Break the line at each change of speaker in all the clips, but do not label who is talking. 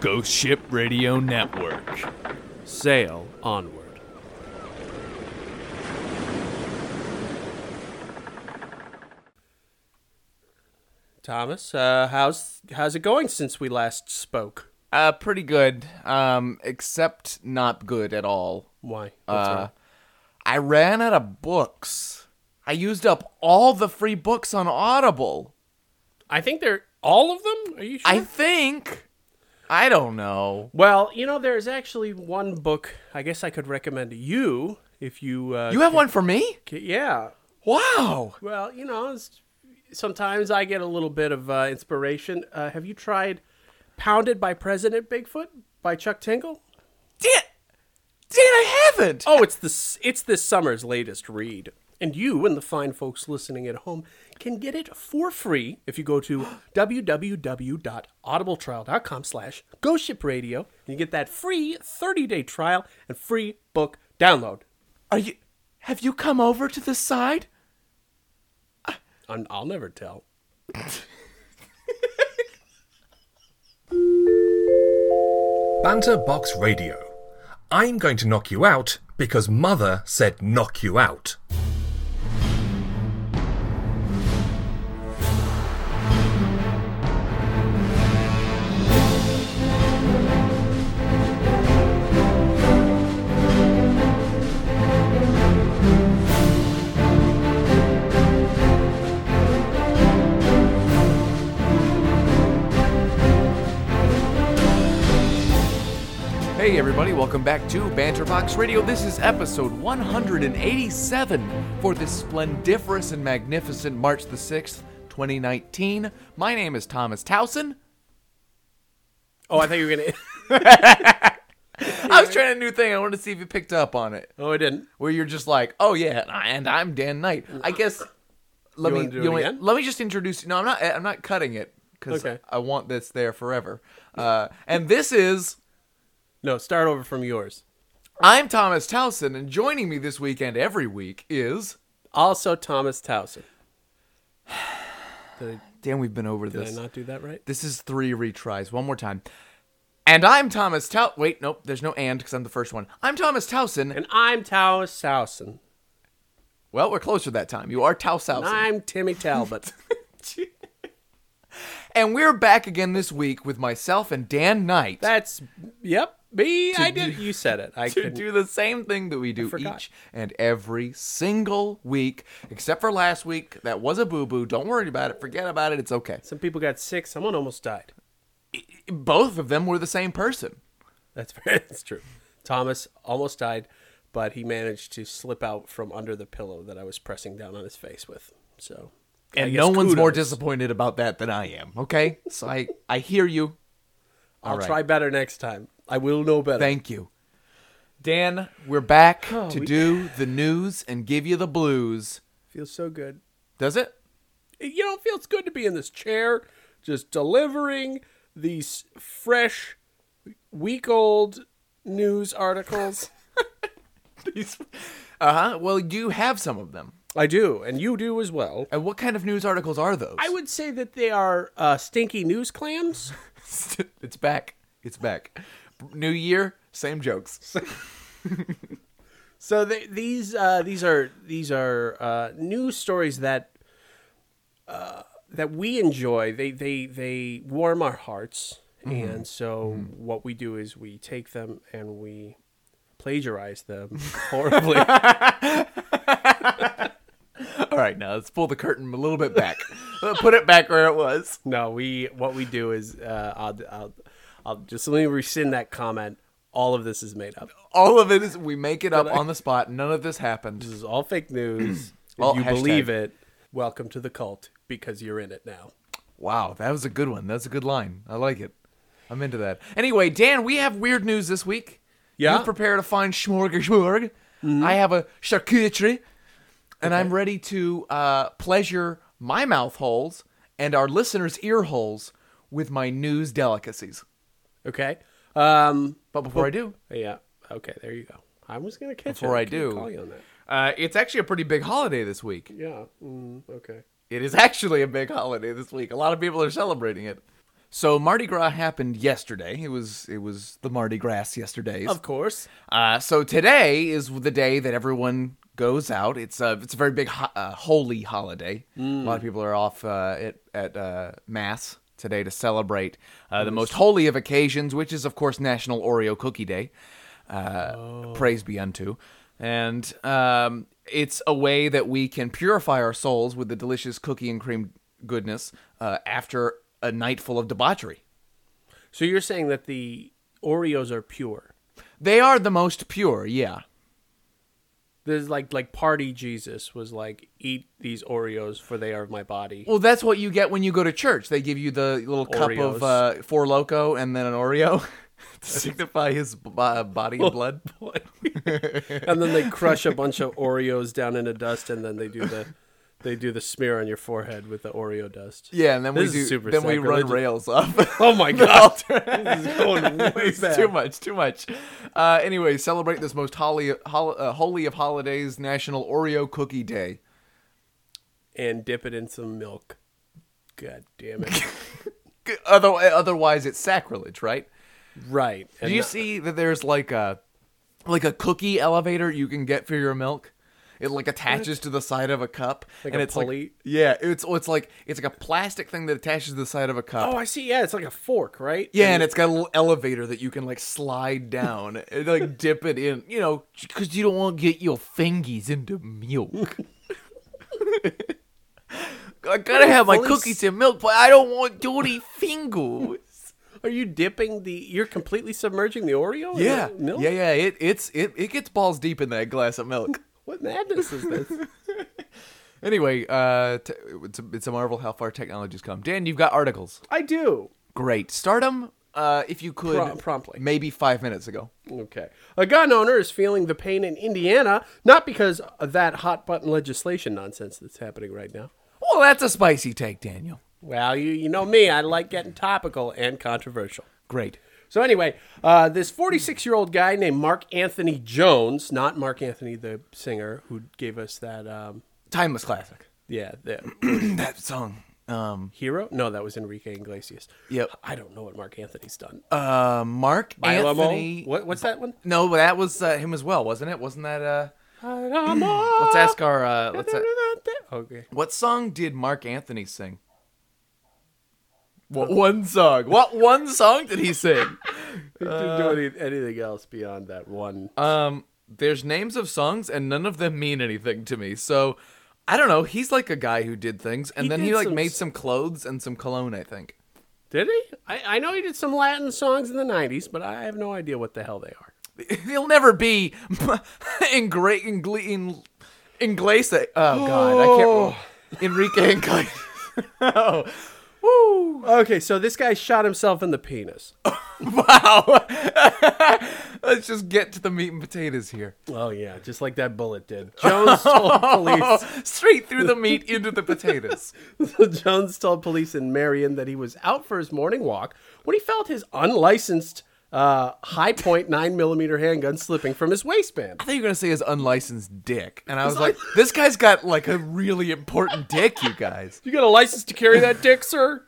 Ghost Ship Radio Network.
Sail onward. Thomas, uh, how's how's it going since we last spoke?
Uh, pretty good. Um, except not good at all.
Why? What's
Uh,
wrong?
I ran out of books. I used up all the free books on Audible.
I think they're all of them. Are you sure?
I think. I don't know.
well, you know, there's actually one book I guess I could recommend to you if you. Uh,
You have one for me?
ca- yeah.
Wow.
Well, you know, it's, sometimes I get a little bit of uh, inspiration. Uh, have you tried "Pounded by President Bigfoot" by Chuck Tingle?
Dan, Dan, I haven't.
Oh, it's this it's this summer's latest read. And you and the fine folks listening at home can get it for free if you go to www.audibletrial.com slash ghostshipradio and you get that free 30-day trial and free book download.
Are you? Have you come over to the side?
i I'll never tell.
Banter Box Radio. I'm going to knock you out because Mother said knock you out.
Hey everybody, welcome back to Banterbox Radio. This is episode 187 for this splendiferous and magnificent March the 6th, 2019. My name is Thomas Towson.
Oh, I thought you were gonna
I was trying a new thing. I wanted to see if you picked up on it.
Oh I didn't.
Where you're just like, "Oh yeah, and I- and I'm Dan Knight." I guess let
You
me
wanna do it
you want-
again?
let me just introduce No, I'm not I'm not cutting it cuz
Okay.
I want this there forever. Uh, and this is
No, start over from yours.
I'm Thomas Towson and joining me this weekend every week is
Also Thomas Towson. Did I,
Dan, we've been over
did I
this.
not do that right?
This is three retries. One more time. And I'm Thomas Tout. Wait, nope. There's no and because I'm the first one. I'm Thomas Towson.
And I'm Thomas Towson.
well, we're closer that time. You are Towsowson.
And I'm Timmy Talbot.
and we're back again this week with myself and Dan Knight
That's yep. Me, I did. You said it. I
to
could
do the same thing that we do
forgot.
each and every single week, except for last week. That was a boo boo. Don't worry about it. Forget about it. It's okay.
Some people got sick. Someone almost died.
Both of them were the same person.
That's that's true. Thomas almost died, but he managed to slip out from under the pillow that I was pressing down on his face with. So, I
And
guess
no one's more
kudos.
disappointed about that than I am. Okay? So I, I hear you.
I'll
right.
try better next time. I will know better.
Thank you. Dan, we're back
Oh,
to
we-
do the news and give you the blues.
feels so good.
Does it?
You know, it feels good to be in this chair, just delivering these fresh, week-old news articles.
Uh huh. Well, you have some of them.
I do, and you do as well.
And what kind of news articles are those?
I would say that they are uh, stinky news clams.
it's back. It's back. New year, same jokes.
So they, these uh, these are these are uh, news stories that uh, that we enjoy. They they they warm our hearts, and so what we do is we take them and we plagiarize them horribly.
All right, now let's pull the curtain a little bit back. Uh, Put it back where it was.
no, we what we do is uh, I'll, I'll I'll just let me rescind that comment. All of this is made up.
All of it is we make it up on the spot. None of this happened.
This is all fake news. if
All
you
hashtag.
believe it, welcome to the cult because you're in it now.
Wow, that was a good one. That's a good line. I like it. I'm into that. Anyway, Dan, we have weird news this week.
Yeah?
You prepare to find smorgasbord. I have a charcuterie, and I'm ready to uh, pleasure my mouth holes and our listeners' ear holes with my news delicacies.
Okay. Um,
But before I do,
Yeah. Okay. There you go. I was gonna catch
Before
it.
I
couldn't
do.
call you on that.
uh, it's actually a pretty big holiday this week.
Yeah. Mm, okay.
It is actually a big holiday this week. A lot of people are celebrating it. So Mardi Gras happened yesterday. It was it was the Mardi Gras yesterdays.
Of course.
Uh, so today is the day that everyone goes out. It's a it's a very big ho- uh, holy holiday. A lot of people are off uh, at at uh, mass today to celebrate uh, the most holy of occasions, which is of course National Oreo Cookie Day. Uh, Praise be unto. And um, it's a way that we can purify our souls with the delicious cookie and cream goodness uh, after a night full of debauchery.
So you're saying that the Oreos are pure.
They are the most pure, yeah.
There's like like party Jesus was like eat these Oreos for they are of my body.
Well, that's what you get when you go to church. They give you the little cup of
Oreos.
uh, Four Loco and then an Oreo to signify his b- uh, body and blood.
and then they crush a bunch of Oreos down into dust, and then they do the they do the smear on your forehead with the Oreo dust.
Yeah, and then
This
we do.
is super
then we run
sacrilegious.
rails up.
Oh my god, this is going way
it's
back.
too much, too much. Uh, anyway, celebrate this most holy, hol- uh, holy of holidays, National Oreo Cookie Day.
And dip it in some milk. God damn it!
G- Other- otherwise, it's sacrilege, right?
right. And
Do you
not-
see that there's like a like a cookie elevator you can get for your milk? It like attaches to the side of a cup,
Like
and
a
it's like
pulley?
yeah, it's it's like it's like a plastic thing that attaches to the side of a cup.
Oh, I see. Yeah, it's like a fork, right?
yeah, and it's got a little elevator that you can like slide down and like dip it in, you know, because you don't want to get your fingers into milk. I gotta have my
Fully s-
cookies and milk, but I don't want dirty fingers.
Are you dipping the? You're completely submerging the Oreo. in
Yeah,
the milk.
yeah, yeah. It it's it, it gets balls deep in that glass of milk.
What madness is this?
anyway, uh, t- it's a, it's a marvel how far technology's come. Dan, you've got articles.
I do.
Great. Stardom. Uh, if you could
Prom- promptly.
maybe five minutes ago.
Okay. A gun owner is feeling the pain in Indiana, not because of that hot button legislation nonsense that's happening right now.
Well, that's a spicy take, Daniel.
Well, you, you know me, I like getting topical and controversial.
Great.
So, anyway, uh, this 46 year old guy named Mark Anthony Jones, not Mark Anthony the singer who gave us that, um,
Timeless classic.
yeah, the
that song. Um,
hero? No, that was Enrique Iglesias.
Yep.
I don't know what Mark Anthony's done.
uh, Mark
Alamo?
Anthony.
What, what's that one?
No, but that was uh, him as well, wasn't it? Wasn't that? Uh,
Let's
let's ask our. Uh, let's. a-
Okay.
what song did Mark Anthony sing? What one song? What one song did he sing?
Didn't do any, anything else beyond that one.
Um, there's names of songs, and none of them mean anything to me. So I don't know. He's like a guy who did things, and
He
then
did
he like
some
made
s-
some clothes and some cologne. I think.
Did he? I, I know he did some Latin songs in the 90s, but I have no idea what the hell they are.
He'll never be in great in gle- in Inglese. Oh God, I can't. Enrique Inglese. oh. Woo.
Okay, so this guy shot himself in the penis.
Wow. Let's just get to the meat and potatoes here.
Oh, yeah, just like that bullet did. Jones told police.
Oh, Straight through the meat into the potatoes.
Jones told police in Marion that he was out for his morning walk when he felt his unlicensed uh, high point 9mm handgun slipping from his waistband.
I thought you were gonna say his unlicensed dick, and I was like, this guy's got like a really important dick, you guys.
You got a license to carry that dick, sir?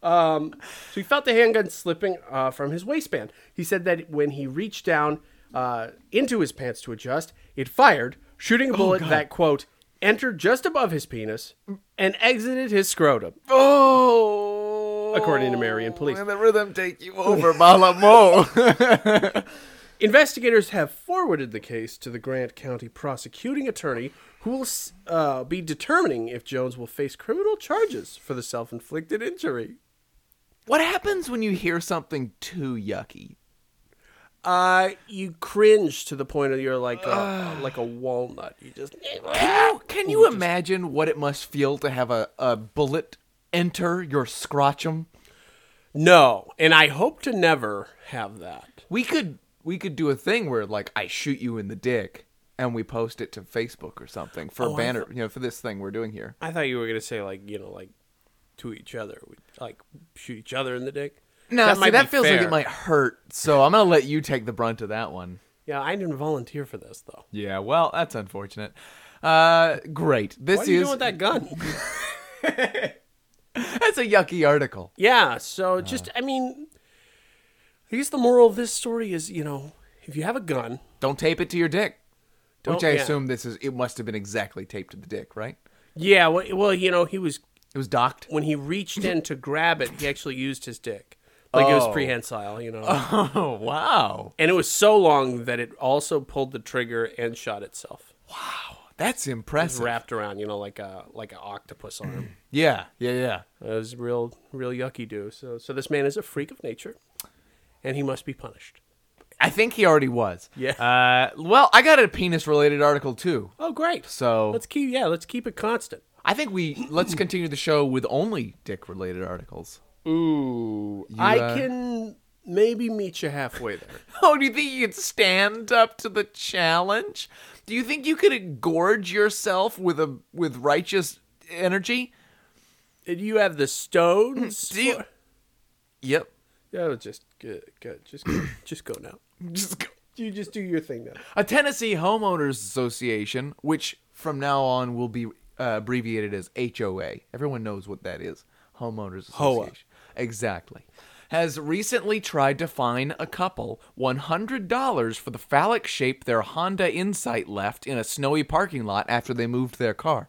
Um, so he felt the handgun slipping uh, from his waistband. He said that when he reached down uh, into his pants to adjust, it fired, shooting a bullet that, quote, entered just above his penis and exited his scrotum,
Oh,
according to Marion police.
And the rhythm take you over, Malamo.
Investigators have forwarded the case to the Grant County prosecuting attorney, who will s- uh, be determining if Jones will face criminal charges for the self inflicted injury.
what happens when you hear something too yucky?
Uh, you cringe to the point of you're like a, like a walnut. You just
Can you, can you imagine what it must feel to have a, a bullet enter your scrotum?
no, and I hope to never have that.
We could we could do a thing where like I shoot you in the dick, and we post it to Facebook or something for banner, you know, for this thing we're doing here.
I thought you were gonna say like you know like to each other, we like shoot each other in the dick.
No, that, see,
might
that
be
feels like
fair.
it might hurt. So I'm gonna let you take the brunt of that one.
Yeah, I didn't volunteer for this though.
Yeah, well, that's unfortunate. Uh, great. This is
What are you doing with that gun?
That's a yucky article.
Yeah, so just I mean I guess the moral of this story is, you know, if you have a gun,
Don't tape it to your dick. Which
Don't-
I
yeah.
assume this is. It must have been exactly taped to the dick, right?
yeah, well, well, you know, he was
It was docked.
when he reached in to grab it, he actually used his dick. Like it was
Oh.
prehensile, you know.
Oh wow,
And it was so long that it also pulled the trigger and shot itself.
that's impressive.
Wrapped around, you know, like a like an octopus arm.
Yeah, yeah, yeah.
It was real, real yucky do. So, so this man is a freak of nature, and he must be punished.
I think he already was.
Yeah.
Uh, well, I got a penis-related article too.
Oh, great!
So-
let's keep, yeah, let's keep it constant.
I think we let's continue the show with only dick-related articles.
Ooh, I
uh,
can maybe meet you halfway there.
Oh, do you think you could stand up to the challenge? Do you think you could engorge yourself with a with righteous energy?
Do you have the stones?
Do you-
for-
Yep.
Oh, just good, good. Just, go, just go now.
Just go.
You just do your thing now.
A Tennessee Homeowners Association, which from now on will be uh, abbreviated as HOA. Everyone knows what that is. Homeowners Association.
HOA.
Exactly. Has recently tried to fine a couple $100 for the phallic shape their Honda Insight left in a snowy parking lot after they moved their car.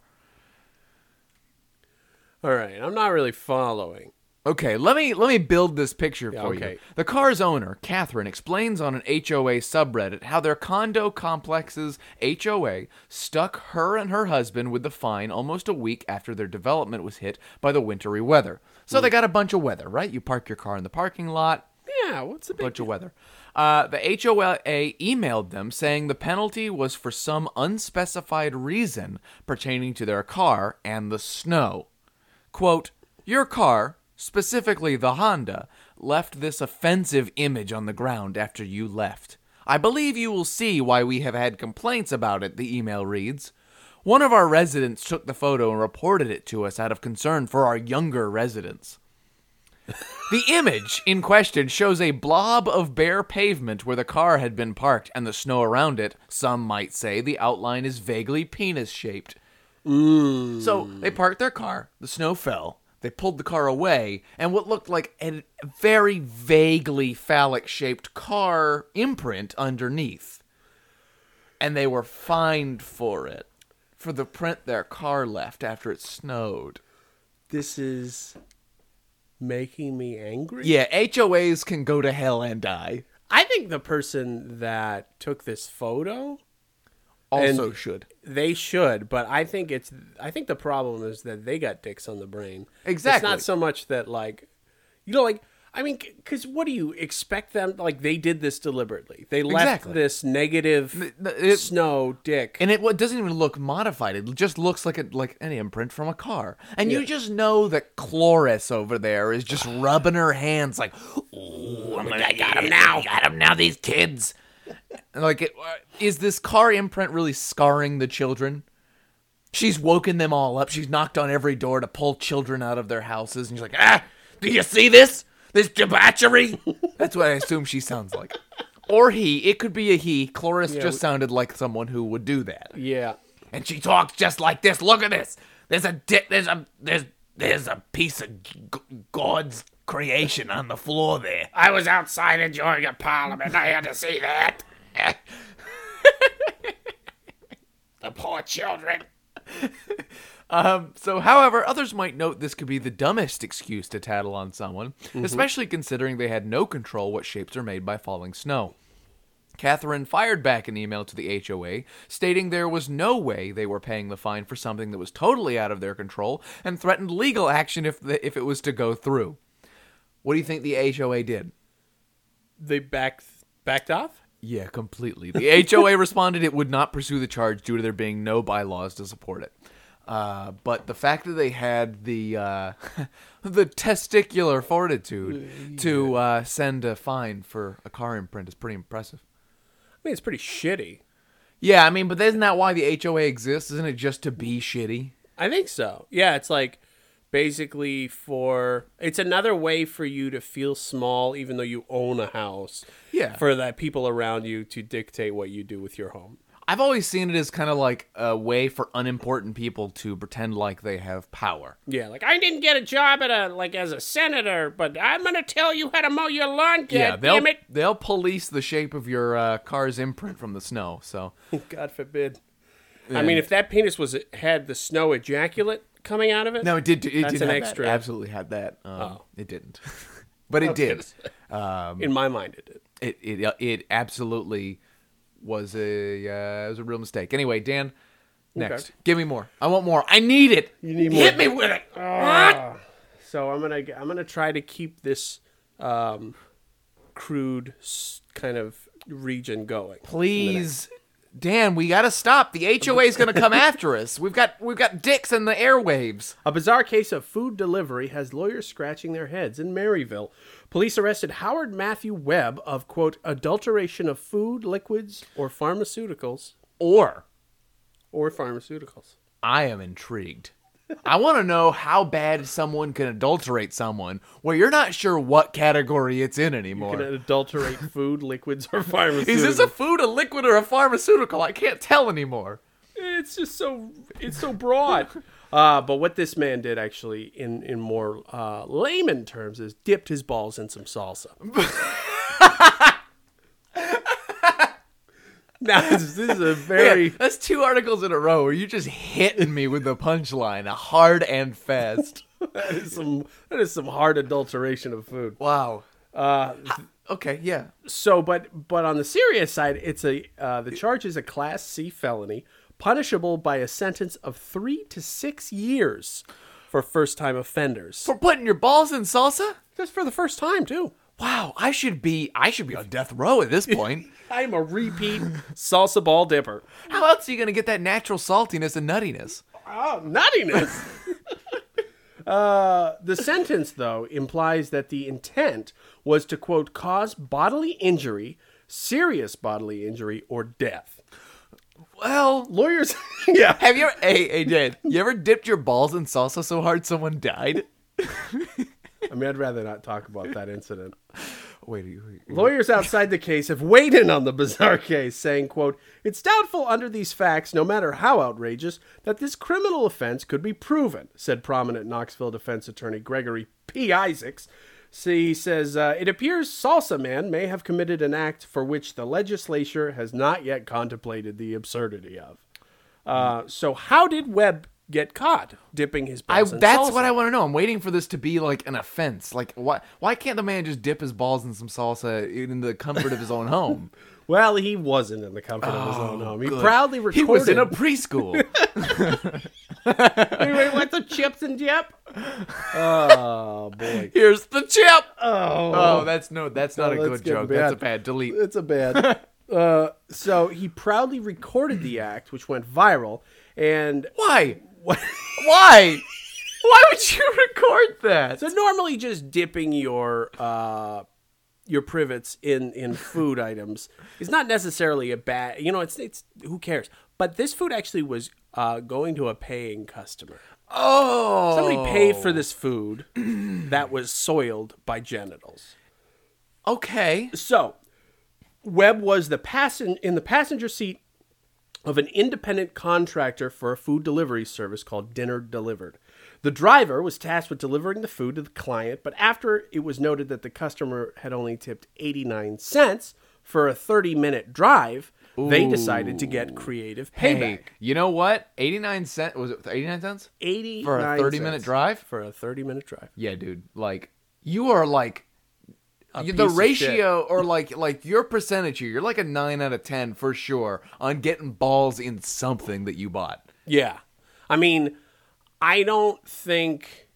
All right, I'm not really following.
Okay, let me let me build this picture
Yeah,
for
okay.
you. The car's owner, Catherine, explains on an HOA subreddit how their condo complex's HOA stuck her and her husband with the fine almost a week after their development was hit by the wintry weather. So
Mm.
they got a bunch of weather, right? You park your car in the parking lot,
Yeah, what's the big?
bunch of weather. Uh, the HOA emailed them saying the penalty was for some unspecified reason pertaining to their car and the snow. Quote, Your car, specifically the Honda, left this offensive image on the ground after you left. I believe you will see why we have had complaints about it, the email reads. One of our residents took the photo and reported it to us out of concern for our younger residents. The image in question shows a blob of bare pavement where the car had been parked and the snow around it. Some might say the outline is vaguely penis shaped. So they parked their car, the snow fell, they pulled the car away, and what looked like a very vaguely phallic shaped car imprint underneath. And they were fined for it, for the print their car left after it snowed.
This is making me angry.
Yeah, HOAs can go to hell and die.
I think the person that took this photo
also
And-
should.
They should, but I think it's I think the problem is that they got dicks on the brain. It's
Exactly.
not so much that like you know like I mean cuz what do you expect them like they did this deliberately. They left
Exactly.
this
n-
negative
it-
snow dick.
And it, well, it doesn't even look modified. It just looks like a, like an imprint from a car. And you just know that Cloris over there is just rubbing her hands like, "Ooh, I'm gonna, I got him now. I got him now. These kids." And like, it, uh, is this car imprint really scarring the children? She's woken them all up. She's knocked on every door to pull children out of their houses, and she's like, "Ah, do you see this? This debauchery." That's what I assume she sounds like. Or he. It could be a he. Cloris just sounded like someone who would do that.
yeah.
And she talks just like this. Look at this. There's a di- there's a there's there's a piece of g- God's creation on the floor there.
I was outside enjoying a parliament. I had to see that. the poor children.
Um, so, however, others might note this could be the dumbest excuse to tattle on someone, especially considering they had no control what shapes are made by falling snow. Catherine fired back an email to the HOA stating there was no way they were paying the fine for something that was totally out of their control and threatened legal action if, the, if it was to go through. What do you think the HOA did?
They backed backed off?
Yeah, completely. The HOA responded it would not pursue the charge due to there being no bylaws to support it. Uh, but the fact that they had the uh, the testicular fortitude to uh, send a fine for a car imprint is pretty impressive.
I mean it's pretty shitty.
Yeah, I mean, but isn't that why the HOA exists? Isn't it just to be shitty?
I think so. Yeah, it's like basically for it's another way for you to feel small even though you own a house.
Yeah.
For that people around you to dictate what you do with your home.
I've always seen it as kind of like a way for unimportant people to pretend like they have power.
Yeah, like I didn't get a job at a like as a senator, but I'm gonna tell you how to mow your lawn. God
they'll
damn it!
they'll police the shape of your uh, car's imprint from the snow. So
God forbid. I mean, if that penis was had the snow ejaculate coming out of it.
no, it did. It
That's
did
an
have that.
extra. Oh.
Absolutely had that. Um, It didn't, but it did.
in my mind it did.
It it uh, it absolutely was a uh, it was a real mistake. Anyway, Dan, next, give me more. I want more. I need it. You
need Ah!
Hit me with it.
So I'm gonna I'm gonna try to keep this um, crude s- kind of region going.
Please, Dan, we gotta stop. The HOA is gonna come after us. We've got we've got dicks in the airwaves.
A bizarre case of food delivery has lawyers scratching their heads in Maryville. Police arrested Howard Matthew Webb of quote adulteration of food, liquids, or pharmaceuticals
Or
or pharmaceuticals.
I am intrigued. I want to know how bad someone can adulterate someone where you're not sure what category it's in
Can
anymore.
adulterate food, liquids, or pharmaceuticals.
Is this a food, a liquid, or a pharmaceutical? I can't tell anymore.
it's just so it's so broad. Uh, but what this man did actually, in in more uh, layman terms, is dipped his balls in some salsa. now this, this is a very
Yeah, that's two articles in a row where you're just hitting me with the punchline uh, hard and fast.
that is some that is some hard adulteration of food.
Wow. Uh, okay, yeah.
So, but but on the serious side, it's a uh, the charge is a class C felony, punishable by a sentence of three to six years for first time offenders.
For putting your balls in salsa?
Just for the first time too.
Wow, I should be I should be on death row at this point.
I'm a repeat salsa ball dipper.
How else are you gonna get that natural saltiness and nuttiness?
Oh, nuttiness. uh, the sentence, though, implies that the intent was to, quote, cause bodily injury, serious bodily injury, or death.
Well,
Lawyers, yeah.
Have you ever, hey, hey, Dan, you ever dipped your balls in salsa so hard someone died?
I mean, I'd rather not talk about that incident.
Wait, wait, wait.
Lawyers outside the case have weighed in on the bizarre case, saying, quote, It's doubtful under these facts, no matter how outrageous, that this criminal offense could be proven, said prominent Knoxville defense attorney Gregory P. Isaacs. So he says, uh, It appears Salsa Man may have committed an act for which the legislature has not yet contemplated the absurdity of. Uh, so, how did Webb get caught dipping his
I,
balls in
that's
salsa?
what I want to know. I'm waiting for this to be like an offense. Like, why why can't the man just dip his balls in some salsa in the comfort of his own home?
Well, he wasn't in the comfort of his own home. He proudly recorded.
Oh, he was in a preschool.
Anyway, want the chips and dip? Oh boy,
Here's the chip. Oh, that's no, that's not
No,
a
Oh, that's
good
getting
joke. That's a
bad.
bad delete.
it's a bad. Uh, so he proudly recorded the act, which went viral, and
Why? Why? Why would you record that?
so normally just dipping your uh, your privets in in food items is not necessarily a bad. You know, it's it's who cares. But this food actually was uh, going to a paying customer.
Oh,
Somebody paid for this food that was soiled by genitals.
Okay.
So, Webb was the passen- in the passenger seat of an independent contractor for a food delivery service called Dinner Delivered. The driver was tasked with delivering the food to the client, but after it was noted that the customer had only tipped 89 cents for a 30 minute drive, they decided to get creative payback.
Hey, you know what? 89 cent was it 89 cents?
89
For a 30 minute
cents
drive?
For a 30 minute drive.
Yeah, dude. Like you are like you- the
piece of
ratio or like like your percentage here. You're like a 9 out of 10 for sure on getting balls in something that you bought.
Yeah. I mean, I don't think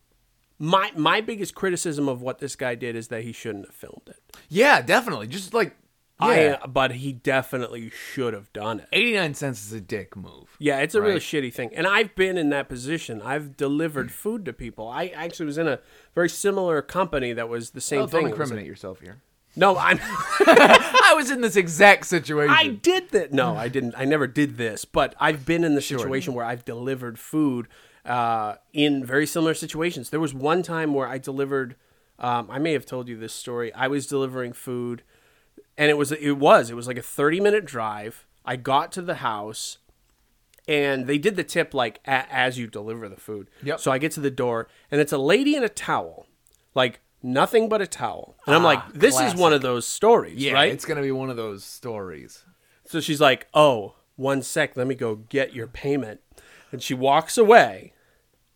my my biggest criticism of what this guy did is that he shouldn't have filmed it.
Yeah, definitely. Just like uh, yeah.
I, but he definitely should have done it.
89 cents is a dick move.
Yeah, it's a real
Right.
shitty thing. And I've been in that position. I've delivered food to people. I actually was in a very similar company that was the same
Don't
thing. It was a-
incriminate yourself here.
No, I'm
I was in this exact situation.
I did that. No, I didn't. I never did this, but I've been in the situation where I've delivered food uh, in very similar situations. There was one time where I delivered. Um, I may have told you this story. I was delivering food, and it was it was it was like a thirty minute drive. I got to the house, and they did the tip like a- as you deliver the food.
Yep.
So I get to the door, and it's a lady in a towel, like nothing but a towel. And I'm like, this is one of those stories, right?
It's gonna be one of those stories.
So she's like, "Oh, one sec, let me go get your payment." And she walks away,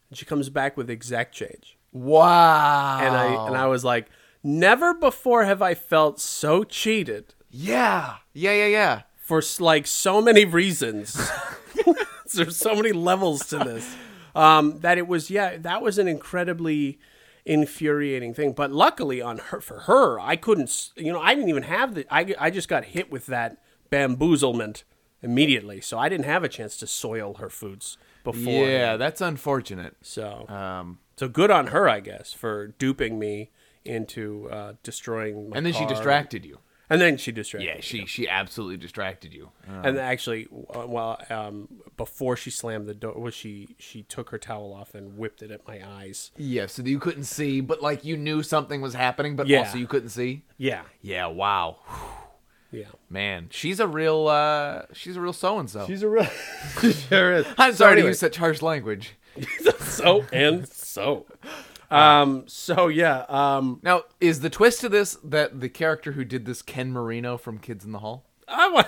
and she comes back with exact change.
Wow.
And I and I was like, "Never before have I felt so cheated
yeah. Yeah. Yeah. Yeah.
for s- like so many reasons. There's so many levels to this. Um, that it was yeah, that was an incredibly infuriating thing. But luckily on her for her, I couldn't, s- you know, I didn't even have the I I just got hit with that bamboozlement immediately. So I didn't have a chance to soil her foods before.
Yeah. That's unfortunate.
So
Um.
so good on her, I guess, for duping me into uh, destroying my
And then she
car.
distracted you.
and then she distracted
Yeah. She she absolutely distracted you. Uh,
And actually, w- well, um, before she slammed the door, was she she took her towel off and whipped it at my eyes.
yeah. So that you couldn't see, but like you knew something was happening, but
Yeah.
also you couldn't see.
Yeah,
Yeah. Wow.
yeah.
Man, she's a real uh she's a real so and so.
She's a real. sure is.
I'm sorry to use such harsh language.
so and so. Um. So yeah. Um.
Now, is the twist to this that the character who did this Ken Marino from Kids in the Hall?
I want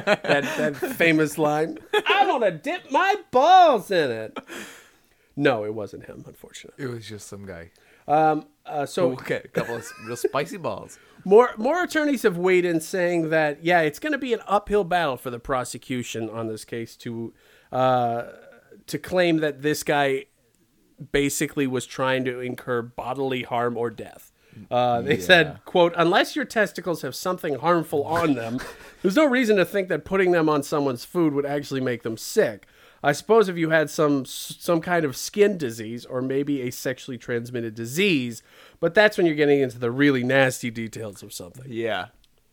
that that famous line. I want to dip my balls in it. No, it wasn't him, unfortunately.
It was just some guy.
Uh, so
Okay, a couple of s- real spicy balls.
More more attorneys have weighed in saying that yeah, it's going to be an uphill battle for the prosecution on this case to uh, to claim that this guy basically was trying to incur bodily harm or death. Uh, they said, "quote Unless your testicles have something harmful on them, there's no reason to think that putting them on someone's food would actually make them sick. I suppose if you had some some kind of skin disease or maybe a sexually transmitted disease, but that's when you're getting into the really nasty details of something.
Yeah.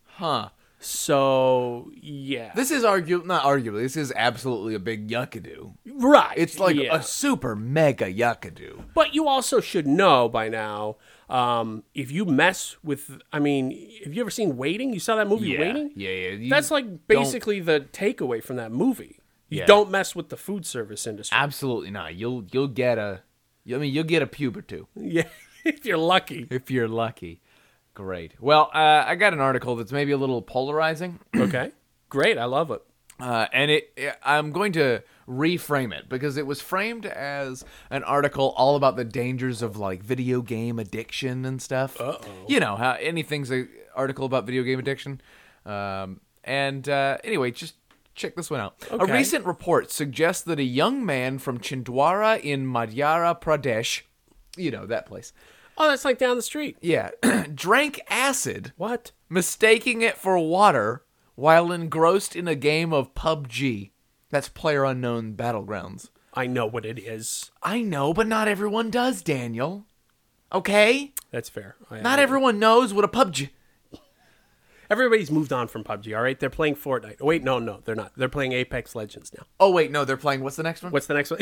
Huh.
So yeah,
This is argu not arguably, this is absolutely a big yuckadoo.
right?
It's like
yeah.
a super mega yuckadoo.
But you also should know by now um, if you mess with. I mean, have you ever seen Waiting? You saw that movie Waiting?
Yeah, yeah. you
That's like
don't-
basically the takeaway from that movie. You
Yeah. Ah.
don't mess with the food service industry.
absolutely not. You'll you'll get a I mean, you'll get a pube or two.
yeah, if you're lucky.
If you're lucky. Great. Well, uh, I got an article that's maybe a little polarizing.
Okay, great. I love it.
Uh, and it, it- I'm going to reframe it because it was framed as an article all about the dangers of like video game addiction and stuff. Uh-oh. You know how anything's a article about video game addiction. Um, and uh, anyway, just check this one out. A
Okay.
recent report suggests that a young man from Chindwara in Madhya Pradesh, you know that place,
Oh, that's like down the street.
yeah, drank acid
What?
mistaking it for water while engrossed in a game of PUBG. That's Player Unknown Battlegrounds.
I know what it is.
I know, but not everyone does, Daniel. Okay?
That's fair. I-
Not
I-
everyone knows what a PUBG.
Everybody's moved on from PUBG. All right, they're playing Fortnite. Wait, no, no, they're not. They're playing Apex Legends now.
Oh wait, no, they're playing what's the next one?
What's the next one?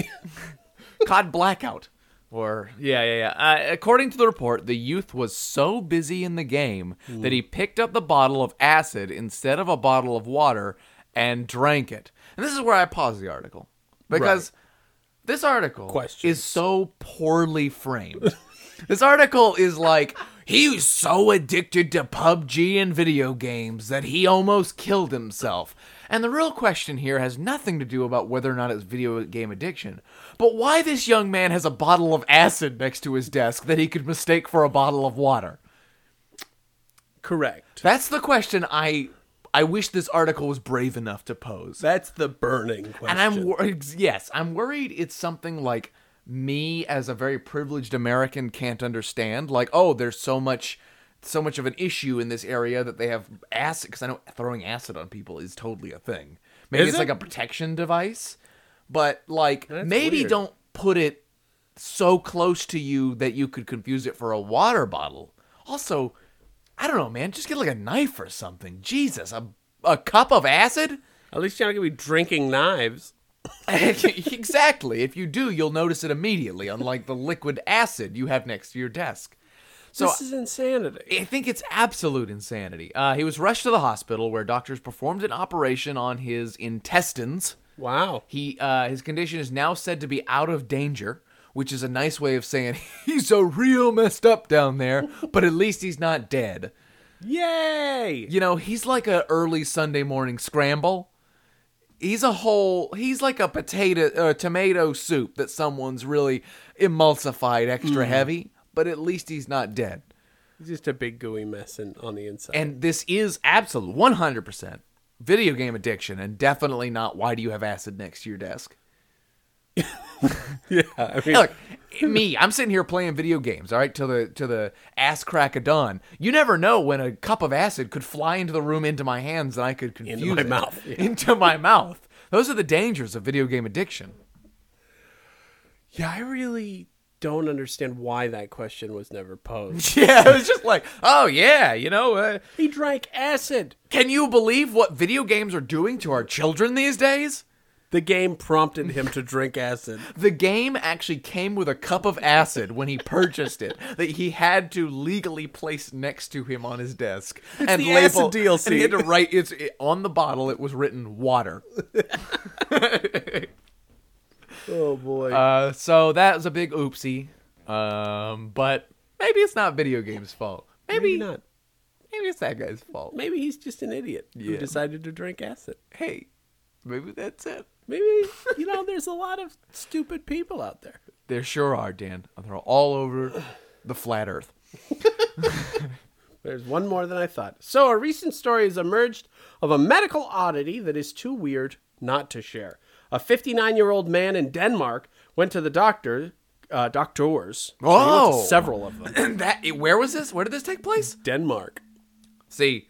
COD Blackout. Or yeah, yeah, yeah. Uh, according to the report, the youth was so busy in the game that he picked up the bottle of acid instead of a bottle of water and drank it. And this is where I pause the article because this article
Questions.
is so poorly framed. this article is like he was so addicted to PUBG and video games that he almost killed himself. And the real question here has nothing to do about whether or not it's video game addiction, but why this young man has a bottle of acid next to his desk that he could mistake for a bottle of water.
Correct.
That's the question I I wish this article was brave enough to pose.
That's the burning question.
And I'm worried. Yes, I'm worried. It's something like me as a very privileged American can't understand. Like, oh, there's so much, so much of an issue in this area that they have acid. Because I know throwing acid on people is totally a thing. Maybe
Is
it's
it?
like a protection device, but like
That's
maybe
weird.
don't put it so close to you that you could confuse it for a water bottle. Also, I don't know, man. Just get like a knife or something. Jesus, a a cup of acid.
At least you're not gonna be drinking knives.
exactly. If you do, you'll notice it immediately, unlike the liquid acid you have next to your desk. So
this is insanity.
I think it's absolute insanity. Uh, he was rushed to the hospital where doctors performed an operation on his intestines.
Wow.
He uh, his condition is now said to be out of danger, which is a nice way of saying he's a real messed up down there, but at least he's not dead.
Yay!
You know, he's like a early Sunday morning scramble. He's a whole. He's like a potato or tomato soup that someone's really emulsified extra heavy, but at least he's not dead.
Just a big gooey mess in, on the inside.
And this is absolute 100% video game addiction and definitely not why do you have acid next to your desk?
I mean,
Look, me, I'm sitting here playing video games, all right, till the till the ass crack of dawn. You never know when a cup of acid could fly into the room into my hands and I could confuse
my
it.
mouth, yeah.
Into my mouth. Those are the dangers of video game addiction.
yeah, I really don't understand why that question was never posed.
Yeah, it was just like, oh yeah, you know, uh,
he drank acid.
can you believe what video games are doing to our children these days?
The game prompted him to drink acid.
The game actually came with a cup of acid when he purchased it that he had to legally place next to him on his desk and
the
label
acid DLC.
And he had to write it's it, on the bottle. It was written water.
Oh boy.
Uh, so that was a big oopsie. Um, but maybe it's not video games' fault. Maybe
Maybe not.
Maybe it's that guy's fault.
Maybe he's just an idiot
Yeah.
who decided to drink acid.
Hey, maybe that's it.
Maybe you know, there's a lot of stupid people out there.
There sure are, Dan. They're all over the flat Earth.
There's one more than I thought. So, a recent story has emerged of a medical oddity that is too weird not to share. A 59 year old man in Denmark went to the doctor, uh, doctors. So he went to
Oh.
several of them.
that where was this? Where did this take place?
Denmark.
See,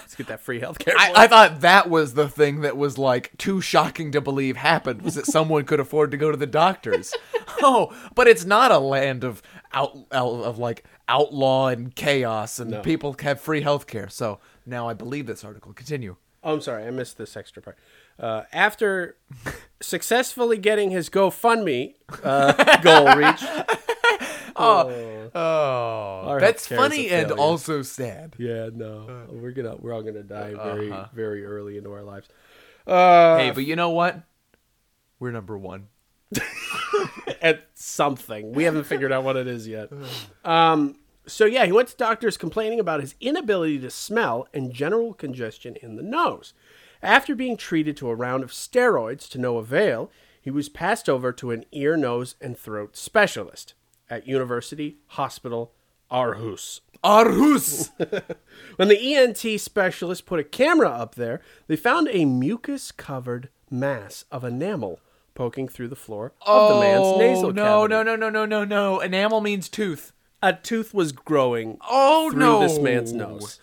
Let's get that free healthcare.
I,
for
I
him.
thought that was the thing that was like too shocking to believe happened was that someone could afford to go to the doctors. oh, but it's not a land of out, out of like outlaw and chaos, and people have free healthcare. So now I believe this article. Continue.
Oh, I'm sorry, I missed this extra part. Uh, after successfully getting his GoFundMe uh, goal reached,
Oh,
Our
that's
healthcare is
funny
a
and
failure.
also sad.
yeah, no, we're gonna we're all gonna die very
Uh-huh.
very early into our lives. Uh,
hey, but you know what? We're number one.
at something. We haven't figured out what it is yet. Um, so yeah, he went to doctors complaining about his inability to smell and general congestion in the nose. After being treated to a round of steroids to no avail, he was passed over to an ear, nose, and throat specialist at University Hospital Aarhus.
Arhus.
When the ENT specialist put a camera up there, they found a mucus covered mass of enamel poking through the floor of the man's nasal
Oh, no,
cavity
no, no, no, no, no, no. Enamel means tooth.
a tooth was growing
Oh
through
no!
this man's nose.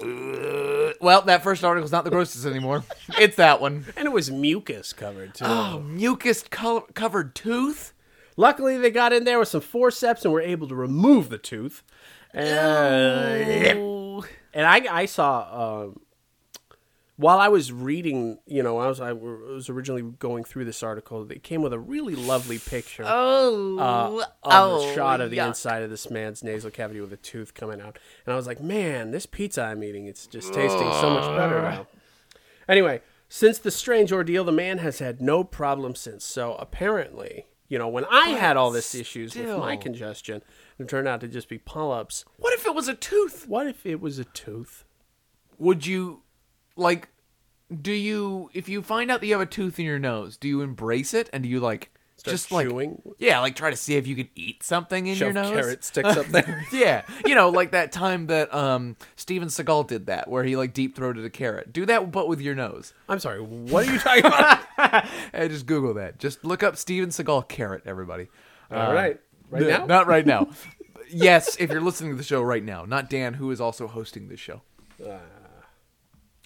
Uh, Well, that first article's not the grossest anymore. it's that one.
And it was mucus covered too.
A Oh, mucus col- covered tooth?
Luckily, they got in there with some forceps and were able to remove the tooth. And, and I, I saw um, while I was reading, you know, I was I was originally going through this article. It came with a really lovely picture.
Oh.
of uh, the shot of the inside of this man's nasal cavity with a tooth coming out. And I was like, man, this pizza I'm eating, it's just tasting so much better now. Anyway, since the strange ordeal, the man has had no problem since. So apparently, you know, when I had all this issues with my
still.
congestion, it turned out to just be polyps.
What if it was a tooth?
What if it was a tooth?
Would you, like, do you, if you find out that you have a tooth in your nose, do you embrace it and do you, like, just
chewing?
like, yeah, like try to see if you can eat something in your
Shove
nose?
carrot sticks up there.
yeah, you know, like that time that um Steven Seagal did that, where he like deep throated a carrot. Do that, but with your nose.
I'm sorry, what are you talking about?
Hey, just Google that. Just look up Steven Seagal carrot, everybody.
all right. Right
Yeah,
now?
Not right now. yes, if you're listening to the show right now, not Dan, who is also hosting this show.
Ah.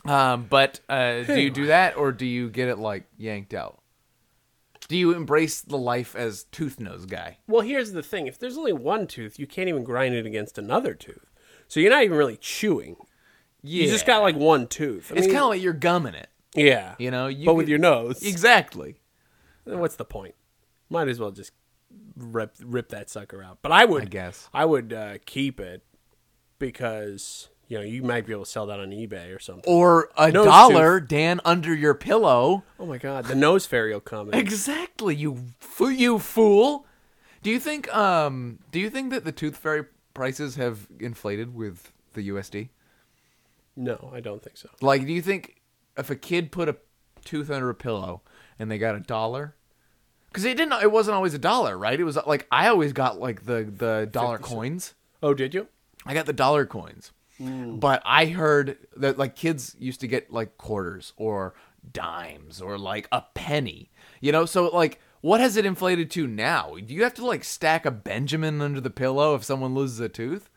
Um, but uh, do you do that, or do you get it like yanked out? Do you embrace the life as tooth nose guy?
Well, here's the thing: if there's only one tooth, you can't even grind it against another tooth, so you're not even really chewing.
Yeah,
You just got like one tooth. I
it's
mean,
kind of like you're gumming it,
yeah,
you know. You
but with
could-
your nose,
exactly.
Then what's the point? Might as well just rip rip that sucker out. But I would
I guess.
I would uh, keep it because you know you might be able to sell that on eBay or something.
Or a
Nose
dollar, Dan, under your pillow.
Oh my god, the nose fairy will come. and-
Exactly, you fo- you fool. Do you think um do you think that the tooth fairy prices have inflated with the USD?
no, I don't think so.
Like, do you think if a kid put a tooth under a pillow and they got a dollar? Because it didn't. It wasn't always a dollar, right? It was like I always got like the the dollar coins.
Oh, did you?
I got the dollar coins. But I heard that like kids used to get like quarters or dimes or like a penny. You know, so like what has it inflated to now? Do you have to like stack a Benjamin under the pillow if someone loses a tooth?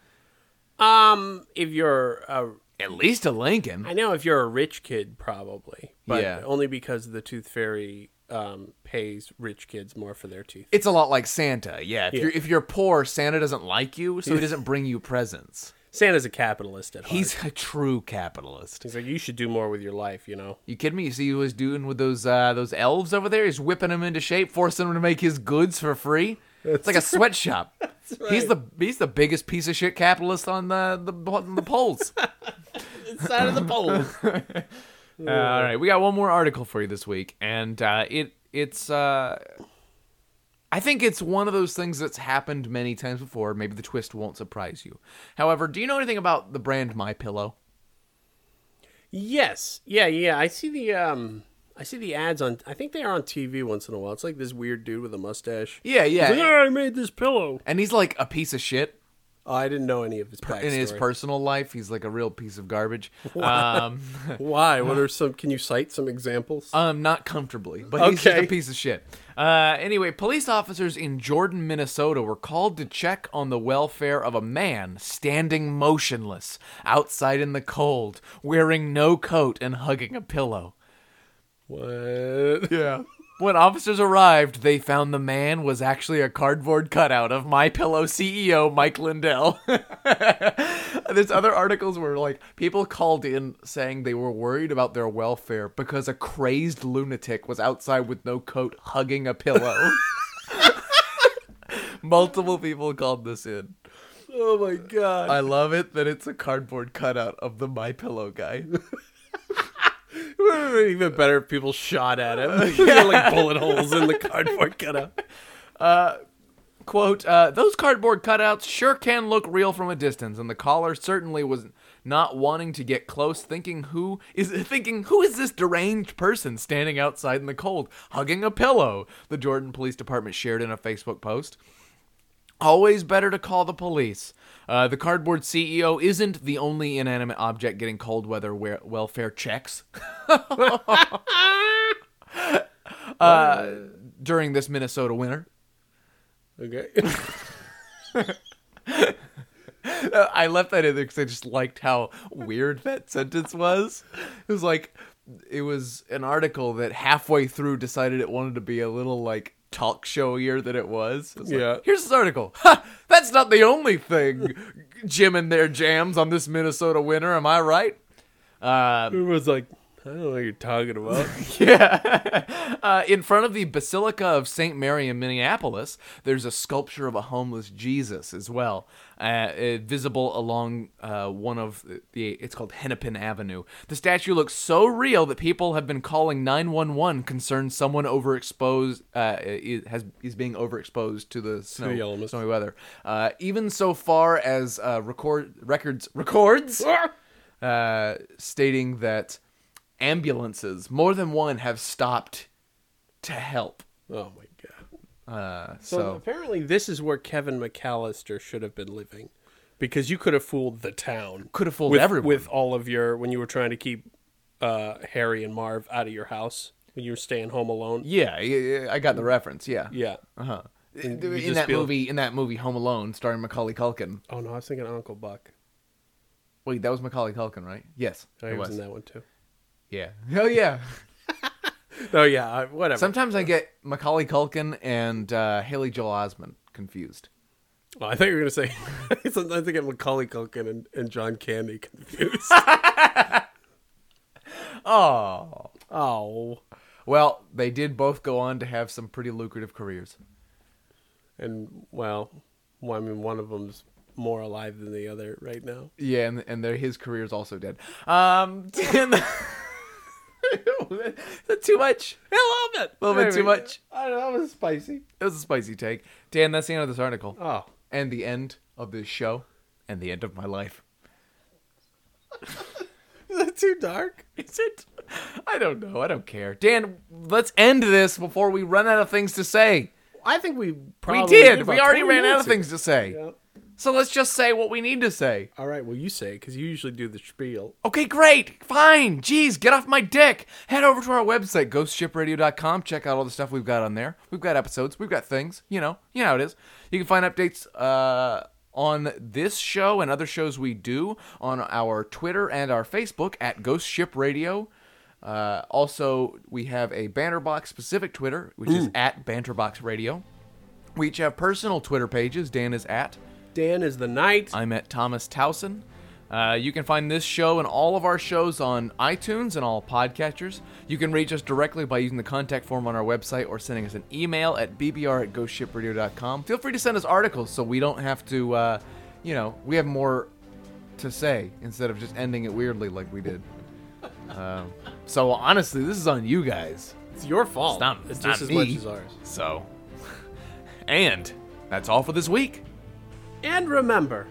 Um, if you're a,
At least a Lincoln.
I know if you're a rich kid, probably, but
Yeah.
only because the tooth fairy um, pays rich kids more for their teeth.
It's a lot like Santa. Yeah, if you're if you're poor, Santa doesn't like you, so he doesn't bring you presents.
Santa's a capitalist at heart.
He's a true capitalist.
He's like, you should do more with your life, you know.
You kidding me? You see what he's doing with those uh, those elves over there? He's whipping them into shape, forcing them to make his goods for free. it's like a sweatshop. He's the he's the biggest piece of shit capitalist on the the, on the polls.
Side of the pole.
Uh, All right, we got one more article for you this week, and uh, it it's uh, I think it's one of those things that's happened many times before. Maybe the twist won't surprise you. However, do you know anything about the brand My Pillow?
Yes. Yeah, yeah. I see the um I see the ads on I think they are on TV once in a while. It's like this weird dude with a mustache.
Yeah,
He's like,
yeah,
"Ah, I made this pillow.
and he's like a piece of shit.
Oh, I didn't know any of his backstory.
in his personal life, he's like a real piece of garbage. Um,
Why? What are some can you cite some examples?
um, not comfortably, but he's just
Okay.
a piece of shit. Uh, anyway, police officers in Jordan, Minnesota, were called to check on the welfare of a man standing motionless outside in the cold, wearing no coat and hugging a pillow.
what?
Yeah. When officers arrived, they found the man was actually a cardboard cutout of My Pillow CEO Mike Lindell. There's other articles where like people called in saying they were worried about their welfare because a crazed lunatic was outside with no coat hugging a pillow. Multiple people called this in.
Oh my god.
I love it that it's a cardboard cutout of the My Pillow guy.
It would have been even better if people shot at him. He had, like bullet holes in the cardboard cutout.
quote uh, those cardboard cutouts sure can look real from a distance and the caller certainly was not wanting to get close thinking who is thinking who is this deranged person standing outside in the cold hugging a pillow the jordan police department shared in a facebook post Always better to call the police. Uh, the cardboard CEO isn't the only inanimate object getting cold weather we- welfare checks. Uh, during this Minnesota winter.
Okay.
Uh, I left that in there because I just liked how weird that sentence was. It was like it was an article that halfway through decided it wanted to be a little like talk showier than it was. It was like,
Yeah.
Here's this article. Ha! That's not the only thing Jim and their jams on this Minnesota winter. Am I right?
It was like, I don't know what you're talking about.
Yeah. uh, in front of the Basilica of St. Mary in Minneapolis, there's a sculpture of a homeless Jesus as well, uh, uh, visible along uh, one of the, it's called Hennepin Avenue. The statue looks so real that people have been calling 911 concerned someone overexposed, uh, i- has, is being overexposed to the snow,
the elements.
snowy weather. Uh, even so far as uh, record, records, records? uh, stating that ambulances, more than one, have stopped to help.
oh my god.
Uh,
So,
so,
apparently, this is where Kevin McAllister should have been living, because you could have fooled the town.
Could have fooled
with,
everyone.
with all of your when you were trying to keep uh, Harry and Marv out of your house when you were staying home alone.
yeah, yeah, I got the reference. Yeah,
Yeah.
Uh-huh. In,
you
in
just
that
feel-
movie, in that movie, Home Alone, starring Macaulay Culkin.
Oh no, I was thinking Uncle Buck.
Wait, that was Macaulay Culkin, right? Yes,
I
it
Oh, was
was.
in that one too.
Yeah. Oh yeah.
Oh yeah, I- whatever.
Sometimes I get Macaulay Culkin and uh, Haley Joel Osment confused.
Oh, I thought you were gonna say. sometimes I get Macaulay Culkin and, and John Candy confused.
Oh.
oh.
Well, they did both go on to have some pretty lucrative careers.
and well, well, I mean, one of them's more alive than the other right now.
Yeah, and and their his career is also dead. Um, and that's too much.
I love it.
A little bit too much.
I don't know. That was spicy.
It was a spicy take. Dan, that's the end of this article.
Oh.
And the end of this show, and the end of my life.
Is that too dark?
Is it? I don't know. I don't care. Dan, let's end this before we run out of things to say.
I think we probably
we did.
about
We already
20
ran out
minutes
of things to say.
ago.
So let's just say what we need to say.
All right. Well, you say because you usually do the spiel.
Okay, great. Fine. Jeez, get off my dick. Head over to our website, ghostshipradio.com. Check out all the stuff we've got on there. We've got episodes. We've got things. You know, you know how it is. You can find updates uh, on this show and other shows we do on our Twitter and our Facebook at Ghost Ship Radio. Uh, also, we have a Banterbox specific Twitter, which is at Banterbox Radio. We each have personal Twitter pages. Dan is at
Dan is the knight.
I'm at Thomas Towson. Uh, you can find this show and all of our shows on iTunes and all podcatchers. You can reach us directly by using the contact form on our website or sending us an email at bbr at ghostshipradio.com. Feel free to send us articles so we don't have to, uh, you know, we have more to say instead of just ending it weirdly like we did. Um, so honestly, this is on you guys.
It's your fault.
It's not, it's
just
not
as
me.
much as ours.
So, and that's all for this week.
And remember,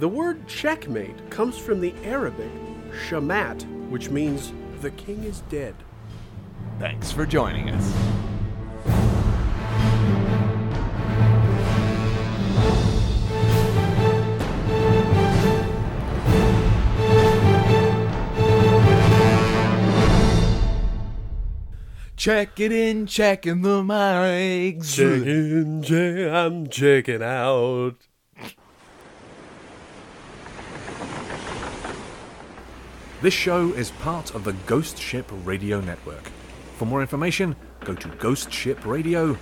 the word checkmate comes from the Arabic shamat, which means the king is dead.
Thanks for joining us. Check it in, checking the mics.
Chicken, che- I'm checking out.
This show is part of the Ghost Ship Radio Network. For more information, go to ghostshipradio.com.